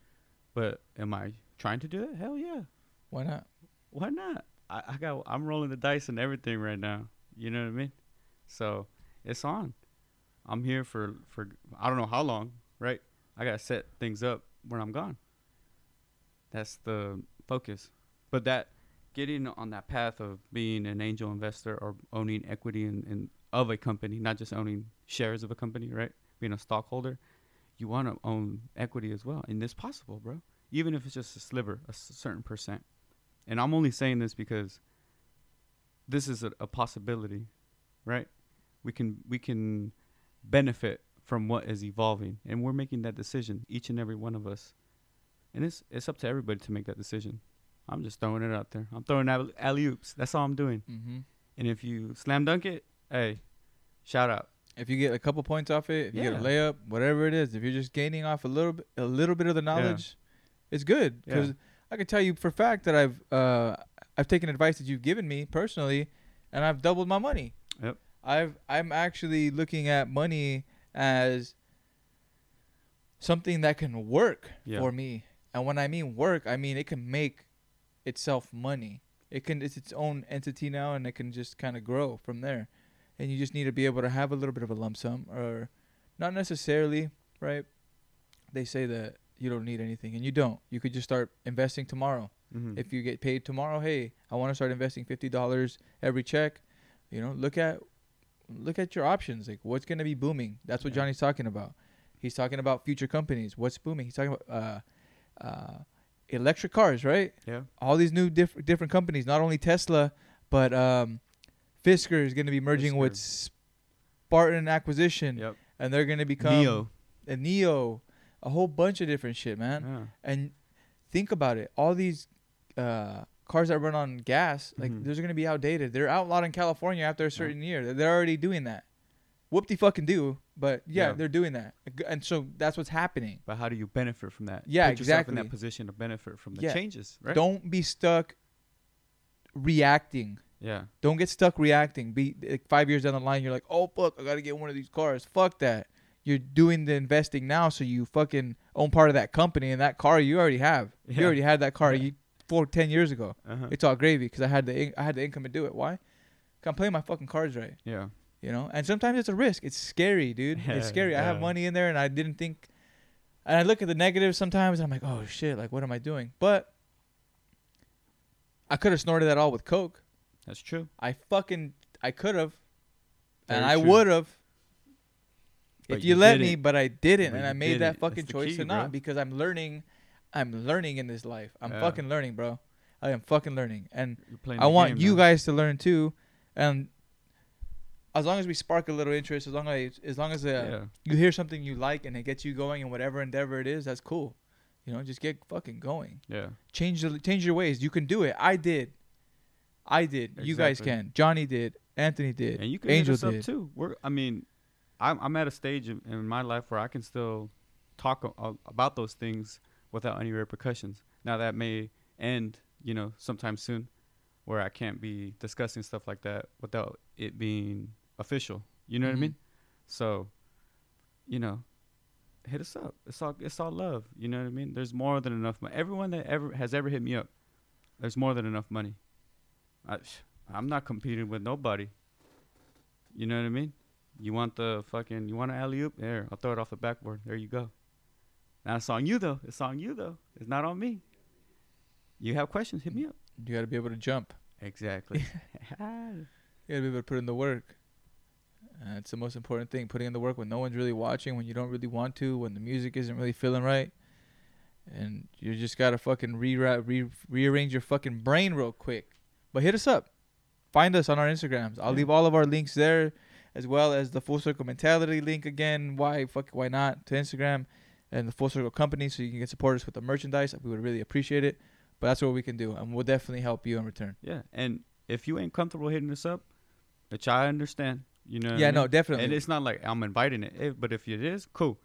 B: But am I trying to do it? Hell yeah.
A: Why not?
B: Why not? I, I got. I'm rolling the dice and everything right now. You know what I mean? So it's on. I'm here for for I don't know how long. Right? I gotta set things up when I'm gone. That's the focus. But that getting on that path of being an angel investor or owning equity in, in of a company, not just owning shares of a company, right? Being a stockholder, you want to own equity as well, and it's possible, bro. Even if it's just a sliver, a s- certain percent. And I'm only saying this because this is a, a possibility, right? We can we can benefit from what is evolving, and we're making that decision, each and every one of us. And it's it's up to everybody to make that decision. I'm just throwing it out there. I'm throwing alley oops. That's all I'm doing.
A: Mm-hmm.
B: And if you slam dunk it, hey, shout out.
A: If you get a couple points off it, if you get a
B: Yeah.
A: layup, whatever it is, if you're just gaining off a little bit, a little bit of the knowledge, it's good
B: Yeah.
A: because I can tell you for a fact that I've uh, I've taken advice that you've given me personally, and I've doubled my money.
B: Yep.
A: I've I'm actually looking at money as something that can work
B: Yeah.
A: for me, and when I mean work, I mean it can make itself money. It can it's its own entity now, and it can just kind of grow from there. And you just need to be able to have a little bit of a lump sum, or not necessarily, right? They say that you don't need anything, and you don't. You could just start investing tomorrow.
B: Mm-hmm.
A: If you get paid tomorrow, hey, I want to start investing fifty dollars every check. You know, look at look at your options. Like what's gonna be booming? That's what
B: Yeah.
A: Johnny's talking about. He's talking about future companies. What's booming? He's talking about uh, uh, electric cars, right?
B: yeah.
A: All these new diff- different companies. Not only Tesla, but um, Fisker is going to be merging with Spartan Acquisition,
B: Yep.
A: and they're going to become
B: Neo.
A: a Neo, a whole bunch of different shit, man.
B: Yeah.
A: And think about it. All these uh, cars that run on gas, like
B: Mhm.
A: those are gonna be outdated. They're outlawed in California after a certain year. They're- They're already doing that. Whoop de fucking do. But yeah,
B: Yeah.
A: they're doing that. Ag- And so that's what's happening.
B: But how do you benefit from that?
A: Yeah,
B: Put yourself in
A: exactly.
B: that position to benefit from the
A: Yeah.
B: changes, right?
A: Don't be stuck reacting.
B: Yeah.
A: Don't get stuck reacting. Be like five years down the line, you're like, oh fuck, I gotta get one of these cars. Fuck that. You're doing the investing now, so you fucking own part of that company and that car you already have. You
B: Yeah.
A: already had that car
B: Yeah.
A: you, four, ten years ago.
B: Uh-huh.
A: it's all gravy because I had the in- I had the income to do it. Why? 'Cause I'm playing my fucking cards right,
B: yeah.
A: you know. And sometimes it's a risk. It's scary, dude.
B: Yeah,
A: it's scary. I have
B: yeah.
A: money in there, and I didn't think. And I look at the negatives sometimes, and I'm like, oh shit, like what am I doing? But I could have snorted that all with coke.
B: That's true.
A: I fucking I could have, and
B: Very
A: I
B: true.
A: would have.
B: But
A: If
B: you
A: you, let
B: didn't.
A: me, but I didn't,
B: But
A: and
B: you
A: I made that
B: didn't. That's
A: fucking
B: the
A: choice
B: key,
A: to not
B: bro.
A: because I'm learning. I'm learning in this life. I'm
B: Yeah.
A: fucking learning, bro. I am fucking learning, and
B: You're playing
A: I
B: the
A: want
B: game
A: you
B: now.
A: guys to learn too. And as long as we spark a little interest, as long as as long as uh,
B: Yeah.
A: you hear something you like and it gets you going in whatever endeavor it is, that's cool. You know, just get fucking going.
B: Yeah.
A: Change the change your ways. You can do it. I did. I did. You guys
B: Exactly.
A: can. Johnny did. Anthony did.
B: And you can
A: Angel
B: hit us up
A: did.
B: too. We're, I mean, I'm, I'm at a stage in, in my life where I can still talk a, a- about those things without any repercussions. Now that may end, you know, sometime soon, where I can't be discussing stuff like that without it being official. You know what
A: Mhm.
B: I mean? So, you know, hit us up. It's all it's all love. You know what I mean? There's more than enough money. Everyone that ever has ever hit me up, there's more than enough money. I, I'm not competing with nobody. You know what I mean? You want the fucking you want an alley oop? There, I'll throw it off the backboard. There you go. Now it's on you though. It's on you though. It's not on me. You have questions? Hit me up.
A: You got to be able to jump.
B: Exactly.
A: You got to be able to put in the work. Uh, it's the most important thing. Putting in the work when no one's really watching, when you don't really want to, when the music isn't really feeling right, and you just gotta fucking reroute, re- rearrange your fucking brain real quick. But hit us up. Find us on our Instagrams. I'll
B: Yeah.
A: leave all of our links there, as well as the Full Circle Mentality link again. Why fuck? Why not to Instagram and the Full Circle Company, so you can get support us with the merchandise. We would really appreciate it. But that's what we can do, and we'll definitely help you in return.
B: yeah, and if you ain't comfortable hitting us up, which I understand, you know. what I
A: yeah,
B: mean?
A: no, definitely.
B: And it's not like I'm inviting it, eh, but if it is, cool.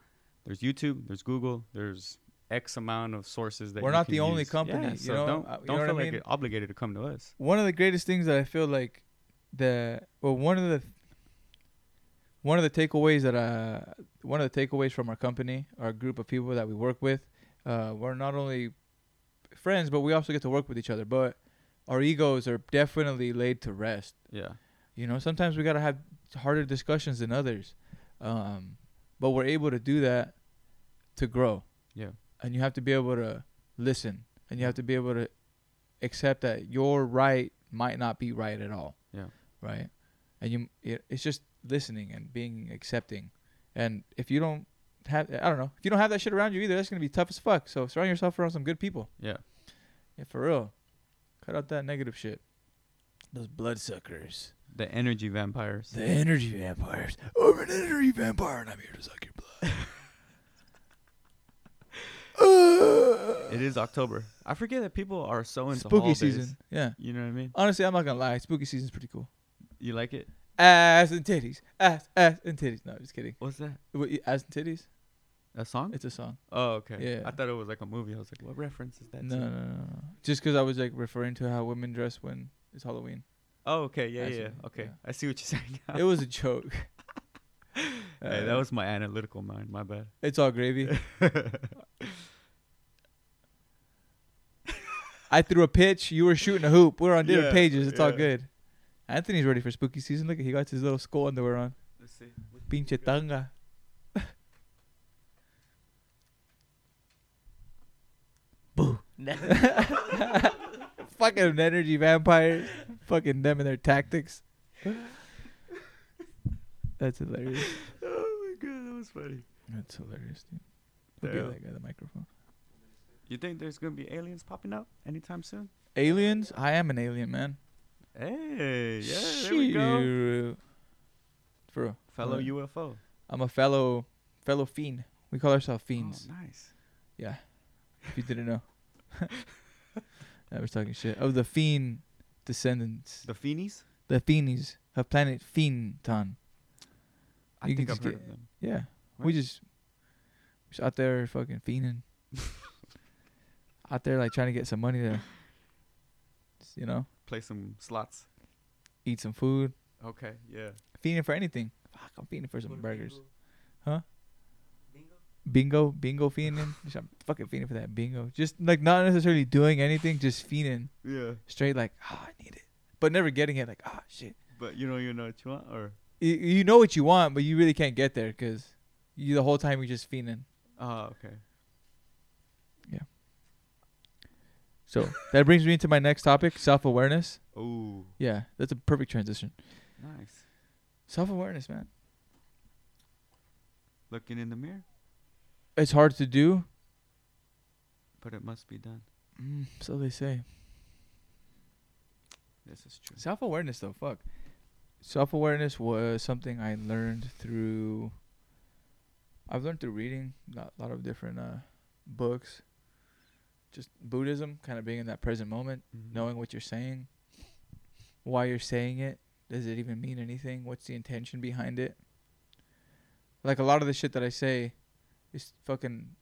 B: There's YouTube, there's Google, there's X amount of sources that
A: We're
B: you
A: not
B: can
A: the only
B: use.
A: company,
B: Yeah,
A: you
B: so
A: know,
B: don't
A: uh, you
B: don't
A: know what I
B: feel like
A: mean?
B: you're obligated to come to us.
A: one of the greatest things that I feel like the well one of the one of the takeaways that uh one of the takeaways from our company, our group of people that we work with, uh, we're not only friends but we also get to work with each other. But our egos are definitely laid to rest.
B: Yeah,
A: You know, sometimes we gotta have harder discussions than others, um, but we're able to do that to grow.
B: Yeah.
A: and you have to be able to listen, and you have to be able to accept that your right might not be right at all.
B: Yeah.
A: right. And you, it, it's just listening and being accepting. And if you don't have, I don't know, if you don't have that shit around you either, that's gonna be tough as fuck. So surround yourself around some good people.
B: yeah.
A: Yeah, for real. Cut out that negative shit. Those bloodsuckers.
B: The energy vampires.
A: The energy vampires. I'm an energy vampire and I'm here to suck your blood. Ah.
B: It is October. I forget that people are so into
A: Spooky
B: holidays.
A: season. Yeah.
B: You know what I mean?
A: Honestly, I'm not gonna lie. Spooky season's pretty cool.
B: You like it?
A: Ass and titties. Ass, ass and titties. No, just kidding.
B: What's that?
A: Wait, Ass and titties.
B: A song?
A: It's a song.
B: oh, okay.
A: Yeah.
B: I thought it was like a movie. I was like, what reference is that?
A: No,
B: to?
A: no, no, no. no. Just because I was like referring to how women dress when it's Halloween.
B: Oh, okay. Yeah,
A: I
B: yeah.
A: see.
B: yeah. Okay.
A: Yeah.
B: I see what you're saying. Now.
A: It was a joke.
B: hey, that
A: Uh,
B: was my analytical mind. My bad.
A: It's all gravy. I threw a pitch. You were shooting a hoop. We're on different
B: Yeah,
A: pages. It's all
B: yeah.
A: good. Anthony's ready for spooky season. Look, he got his little skull underwear on.
B: Let's see.
A: Pinche tanga. Fucking energy vampires. Fucking them and their tactics. That's hilarious.
B: Oh my god, that was funny.
A: That's hilarious, dude. Look at
B: Yeah.
A: that guy, the microphone.
B: You think there's gonna be aliens popping up anytime soon?
A: Aliens? I am an alien, man.
B: Hey, yeah, there we go.
A: Shiro. For real.
B: Fellow
A: Right.
B: UFO.
A: I'm a fellow fellow fiend. We call ourselves fiends.
B: Oh, nice.
A: Yeah.
B: Oh,
A: If you didn't know. I was talking shit. Of the fiend descendants.
B: The Feenies?
A: The fiendies of planet Fiendton.
B: I
A: You can
B: think I've
A: just
B: heard
A: get-
B: of them.
A: Yeah. We
B: Right.
A: just just out there fucking fiending. out there like trying to get some money to just, you know,
B: Play some slots.
A: eat some food.
B: Okay, yeah.
A: Fiending for anything. Fuck, I'm fiending for some burgers. Huh?
D: Bingo?
A: Bingo, bingo fiending. Just, I'm fucking fiending for that bingo. Just like not necessarily doing anything, just fiending.
B: Yeah.
A: Straight like, ah, I need it. But never getting it like, ah, shit.
B: But you don't even know what you want or
A: You, you know what you want, but you really can't get there because you the whole time you're just fiending.
B: Oh, okay.
A: So that brings me to my next topic, self awareness.
B: Oh,
A: Yeah, that's a perfect transition.
B: nice.
A: Self awareness, man.
B: Looking in the mirror,
A: It's hard to do.
B: but it must be done.
A: Mm, so they say.
B: This is true.
A: Self awareness though, fuck. Self awareness was something I learned through. I've learned through reading a lot of different uh, books. Just Buddhism, kind of being in that present moment,
B: Mhm.
A: knowing what you're saying, why you're saying it. Does it even mean anything? What's the intention behind it? Like a lot of the shit that I say is fucking.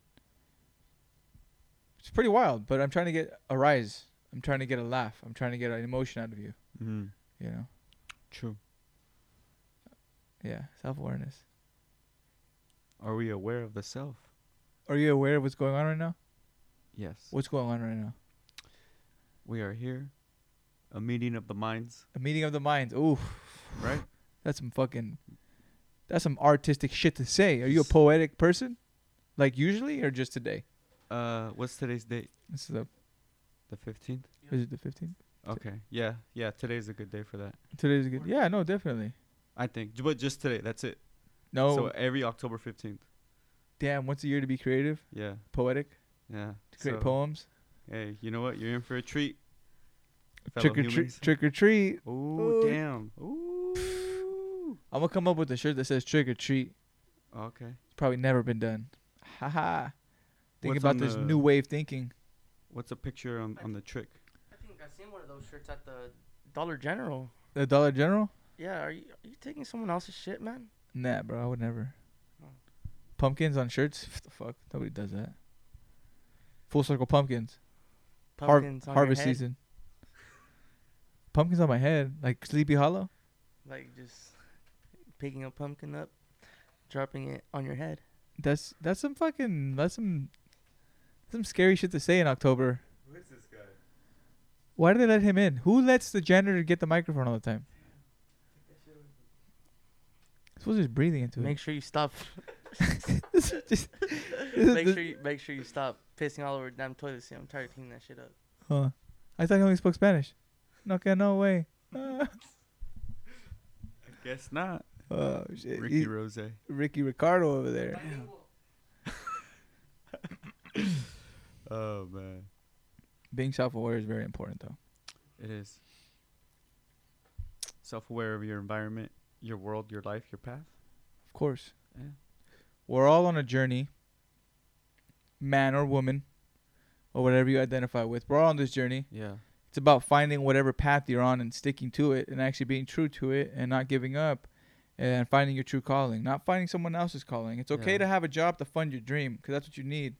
A: It's pretty wild, but I'm trying to get a rise. I'm trying to get a laugh. I'm trying to get an emotion out of you.
B: Mhm.
A: You know?
B: True.
A: Yeah, self awareness.
B: Are we aware of the self?
A: Are you aware of what's going on right now?
B: Yes.
A: What's going on right now?
B: We are here. A meeting of the minds,
A: A meeting of the minds. Ooh,
B: right?
A: that's some fucking. That's some artistic shit to say. Are you a poetic person? Like usually, or just today?
B: uh, what's today's date?
A: This is the
B: The 15th?
A: is it the fifteenth?
B: Okay. Yeah. Yeah. Today's a good day for that.
A: Today's a good. Yeah, no, definitely.
B: I think. J- But just today. That's it.
A: No,
B: So every October 15th.
A: damn. Once a year to be creative,
B: Yeah.
A: poetic,
B: Yeah.
A: to create
B: So,
A: poems.
B: Hey, you know what? You're in for a treat. fellow
A: Trick or treat.
B: humans.
A: Trick or treat.
B: Ooh,
A: Ooh.
B: damn. Ooh.
A: I'm gonna come up with a shirt that says trick or treat.
B: Okay.
A: It's probably never been done. Haha. Think
B: What's
A: about
B: on
A: this
B: the-
A: new wave thinking.
B: What's a picture on, on the trick?
D: I think I've seen one of those shirts at the Dollar General.
A: The Dollar General.
D: Yeah, are you are you taking someone else's shit, man?
A: Nah, bro, I would never.
D: Oh.
A: Pumpkins on shirts? What the fuck? Nobody does that. Full circle pumpkins. Har-
D: Pumpkins on your
A: harvest
D: head,
A: season. Pumpkins on my head, like Sleepy Hollow.
D: Like just picking a pumpkin up, dropping it on your head.
A: That's that's some fucking that's some some scary shit to say in October.
B: Who is this guy?
A: Why do they let him in? Who lets the janitor get the microphone all the time? This was just breathing into
D: Make sure you stop.
A: it. This is just- this is
D: make
A: the-
D: sure you make sure you stop pissing all over the damn toilet seat. I'm tired of cleaning that shit up.
A: Huh. I thought he only spoke Spanish. No, que no way. Ah.
B: I guess not.
A: oh shit.
B: Ricky
A: He-
B: Rose.
A: Ricky Ricardo over there.
B: Oh, man.
A: Being self aware is very important though.
B: It is. Self aware of your environment, your world, your life, your path.
A: Of course.
B: Yeah.
A: We're all on a journey, man or woman, or whatever you identify with. We're all on this journey.
B: Yeah.
A: It's about finding whatever path you're on and sticking to it and actually being true to it and not giving up and finding your true calling, not finding someone else's calling. It's okay
B: Yeah.
A: to have a job to fund your dream because that's what you need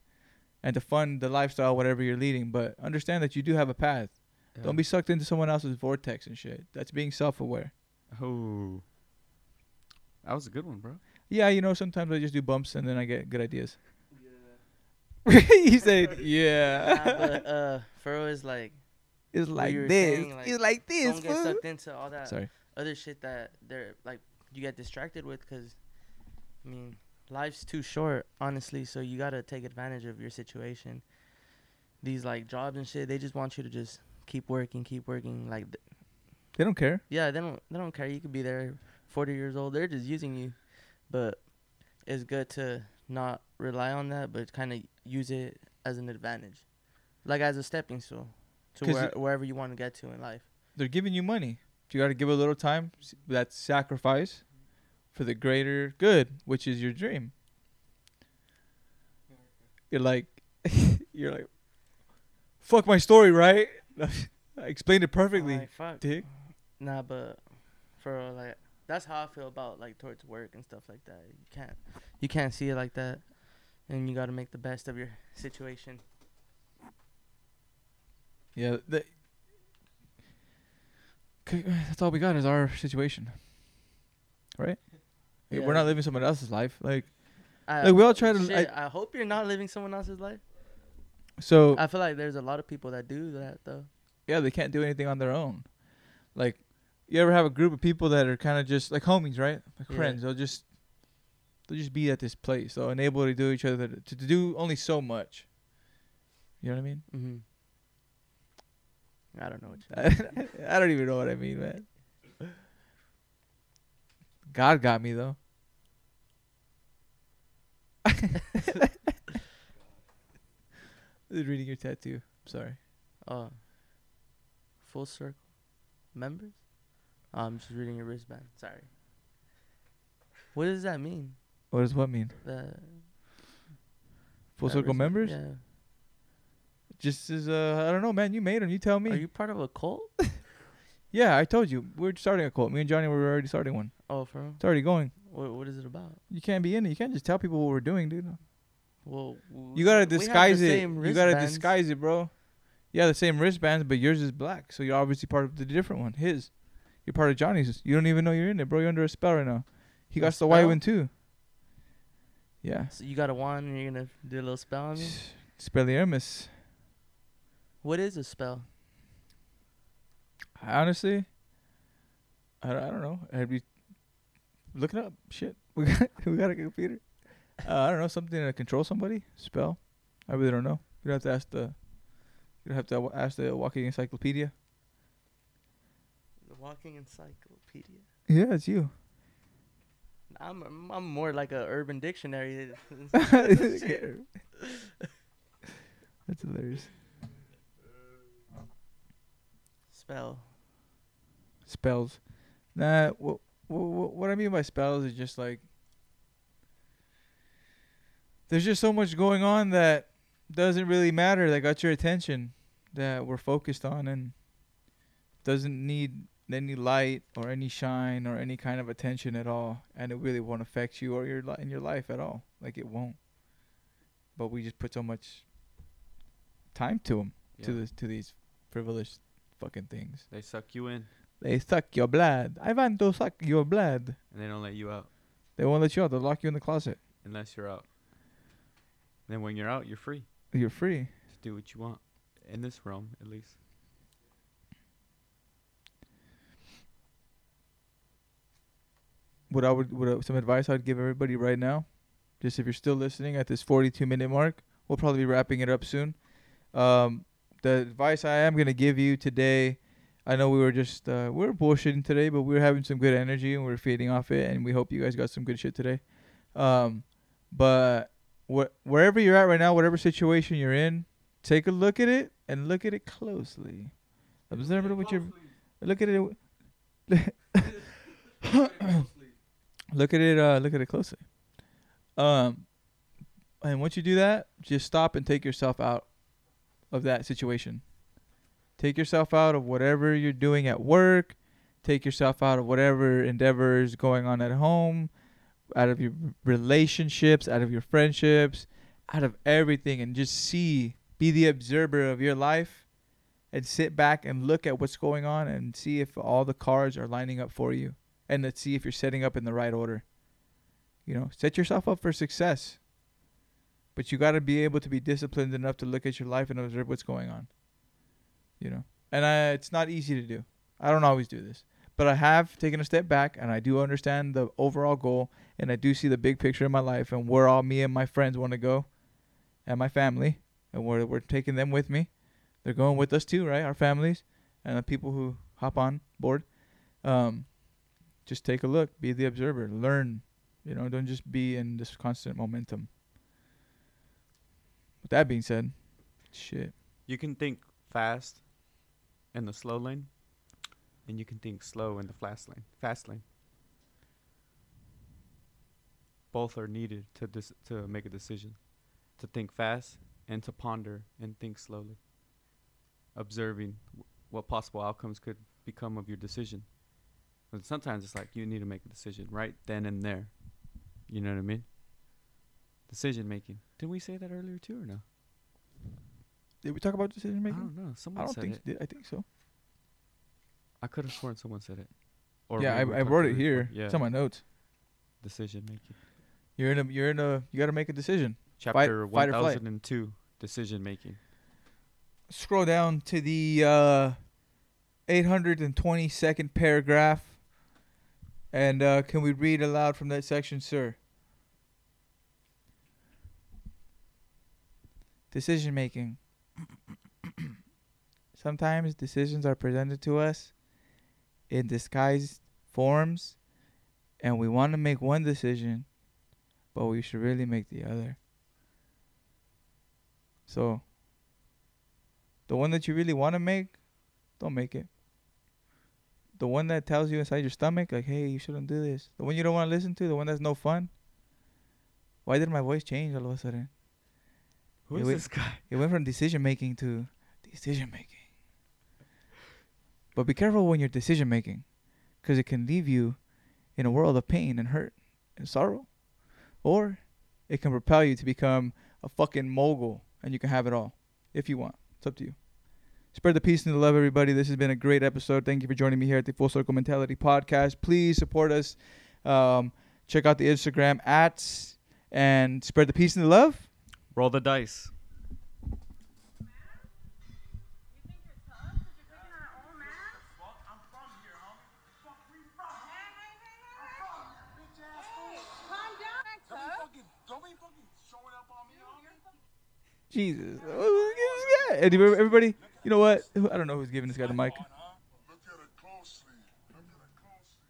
A: and to fund the lifestyle, whatever you're leading. But understand that you do have a path. Don't be sucked into someone else's vortex and shit. That's being self aware.
B: Oh. That was a good one, bro.
A: Yeah, you know, sometimes I just do bumps and then I get good ideas. he said,
D: Nah,
A: yeah.
D: but uh, Furrow is like
A: it's
D: like
A: like
D: you were
A: this.
D: saying, like,
A: it's like this.
D: don't get
A: fool.
D: sucked into all that
A: Sorry.
D: other shit that they're like you get distracted with because i mean life's too short honestly so you got to take advantage of your situation these like jobs and shit they just want you to just keep working keep working like th-
A: They don't care.
D: yeah they don't they don't care you could be there 40 years old they're just using you but it's good to not rely on that but kind of use it as an advantage like as a stepping stone to
A: 'Cause
D: where,
A: it-
D: wherever you want to get to in life
A: They're giving you money. You got to give a little time. s- That's sacrifice for the greater good, which is your dream. You're like, you're like, fuck my story, right? I explained it perfectly,
D: Like, fuck.
A: dick.
D: Nah, but for like that's how I feel about like towards work and stuff like that. You can't you can't see it like that, and you got to make the best of your situation.
A: Yeah. The, 'Kay, that's all we got is our situation. Right? Yeah, We're
D: Yeah.
A: not living someone else's life. Like,
D: I,
A: Like, we all try to-
D: Shit, I, hope you're not living someone else's life.
A: so.
D: I feel like there's a lot of people that do that though.
A: yeah, they can't do anything on their own. Like, you ever have a group of people that are kind of just like homies, right? Like
D: Yeah.
A: friends. They'll just they'll just be at this place. They'll enable to do each other to, to do only so much. You know what I mean?
D: Mm-hmm. I don't know what you.
A: Mm-hmm. I, don't even know what I mean, man. God got me though. I was reading your tattoo. Sorry.
D: Oh, full Uh, circle. members? Oh, I'm just reading your wristband. Sorry. What does that mean?
A: What does what mean?
D: The
A: Full
D: that
A: circle
D: wristband?
A: members?
D: Yeah.
A: Just as uh, I don't know, man. You made them. You tell me.
D: Are you part of a cult?
A: yeah, I told you we're starting a cult. Me and Johnny were already starting one.
D: Oh, for real?
A: It's already going.
D: What, what is it about?
A: You can't be in it. You can't just tell people what we're doing, dude.
D: Well, w-
A: You gotta
D: we have the
A: disguise it.
D: same
A: You gotta
D: wristbands.
A: disguise it, bro. Yeah, the same wristbands, but yours is black, so you're obviously part of the different one. His, you're part of Johnny's. You don't even know you're in it, bro. You're under a spell right now. He
D: A
A: got the white
D: spell?
A: one too. Yeah.
D: So you got a wand and you're gonna do a little spell on me.
A: Spelliarmus.
D: What is a spell?
A: I Honestly, I don't, I don't know. Have you look it up? Shit, we got we got a computer. Uh, I don't know something to control somebody. Spell. I really don't know. You don't have to ask the. You don't have to ask the walking encyclopedia.
D: The walking encyclopedia.
A: Yeah, it's you.
D: I'm I'm- I'm more like a urban dictionary.
A: That's hilarious.
D: spell.
A: Spells. Nah, what, what, what I mean by spells is just like. There's just so much going on that doesn't really matter that got your attention that we're focused on and doesn't need any light or any shine or any kind of attention at all and it really won't affect you or your li- in your life at all like it won't but we just put so much time to them to
B: Yeah.
A: this to these frivolous fucking things
B: They suck you in
A: they suck your blood. I want to suck your blood.
B: and they don't let you out
A: They won't let you out. They'll lock you in the closet.
B: unless you're out. Then when you're out, you're free
A: You're free.
B: to do what you want in this realm, at least.
A: What I would, what I, some advice I'd give everybody right now, just if you're still listening at this 42 minute mark, we'll probably be wrapping it up soon. Um, the advice I am gonna give you today, I know we were just uh, we were bullshitting today, but we were having some good energy and we were feeding off it, and we hope you guys got some good shit today. Um, but wh- wherever you're at right now, whatever situation you're in, take a look at it and look at it closely. Observe it with your look at it. look at it. Uh, look at it closely. Um, and once you do that, just stop and take yourself out of that situation. Take yourself out of whatever you're doing at work. Take yourself out of whatever endeavors going on at home, out of your relationships, out of your friendships, out of everything, and just see, be the observer of your life and sit back and look at what's going on and see if all the cards are lining up for you and let's see if you're setting up in the right order. You know, set yourself up for success. But you got to be able to be disciplined enough to look at your life and observe what's going on. You know, and I, it's not easy to do. I don't always do this, but I have taken a step back and I do understand the overall goal and I do see the big picture in my life and where all me and my friends want to go and my family and where we're taking them with me. They're going with us too, right? Our families and the people who hop on board. Um, just take a look, be the observer, learn. You know, don't just be in this constant momentum. With that being said, shit.
B: You can think fast in the slow lane, and you can think slow in the fast lane. Fast lane. Both are needed to dis- to make a decision, to think fast and to ponder and think slowly, observing w- what possible outcomes could become of your decision. And sometimes it's like you need to make a decision right then and there. You know what I mean? Decision making. Did we say that earlier too or no?
A: Did we talk about decision
B: I
A: making?
B: don't know. Someone
A: I don't
B: said
A: think so.
B: it.
A: I think so.
B: I could have sworn someone said it. Or
A: yeah, I,
B: maybe we
A: I
B: talked
A: wrote
B: about
A: it
B: before.
A: here. It's on my notes.
B: Decision making.
A: You're in a you're in a you got to make a decision.
B: Chapter
A: fight or flight.
B: 1002 Decision making.
A: Scroll down to the uh 822nd paragraph. And uh, can we read aloud from that section, sir? Decision making. Sometimes decisions are presented to us in disguised forms, and we want to make one decision, but we should really make the other. So, the one that you really want to make, don't make it. the one that tells you inside your stomach, like, hey, you shouldn't do this. The one you don't want to listen to, the one that's no fun. Why did my voice change all of a sudden?
B: Who
A: Yeah,
B: is
A: wait.
B: this guy?
A: It went from decision making to decision making. But be careful when you're decision making, because it can leave you in a world of pain and hurt and sorrow, or it can propel you to become a fucking mogul and you can have it all if you want. It's up to you. Spread the peace and the love, everybody. This has been a great episode. Thank you for joining me here at the Full Circle Mentality Podcast. Please support us. Um, check out the Instagram at and spread the peace and the love.
B: Roll the dice.
A: Jesus. Who gives this guy? And you- everybody, you know what? Who- I don't know who's giving this guy the mic.
E: Look at it closely. Look at it closely.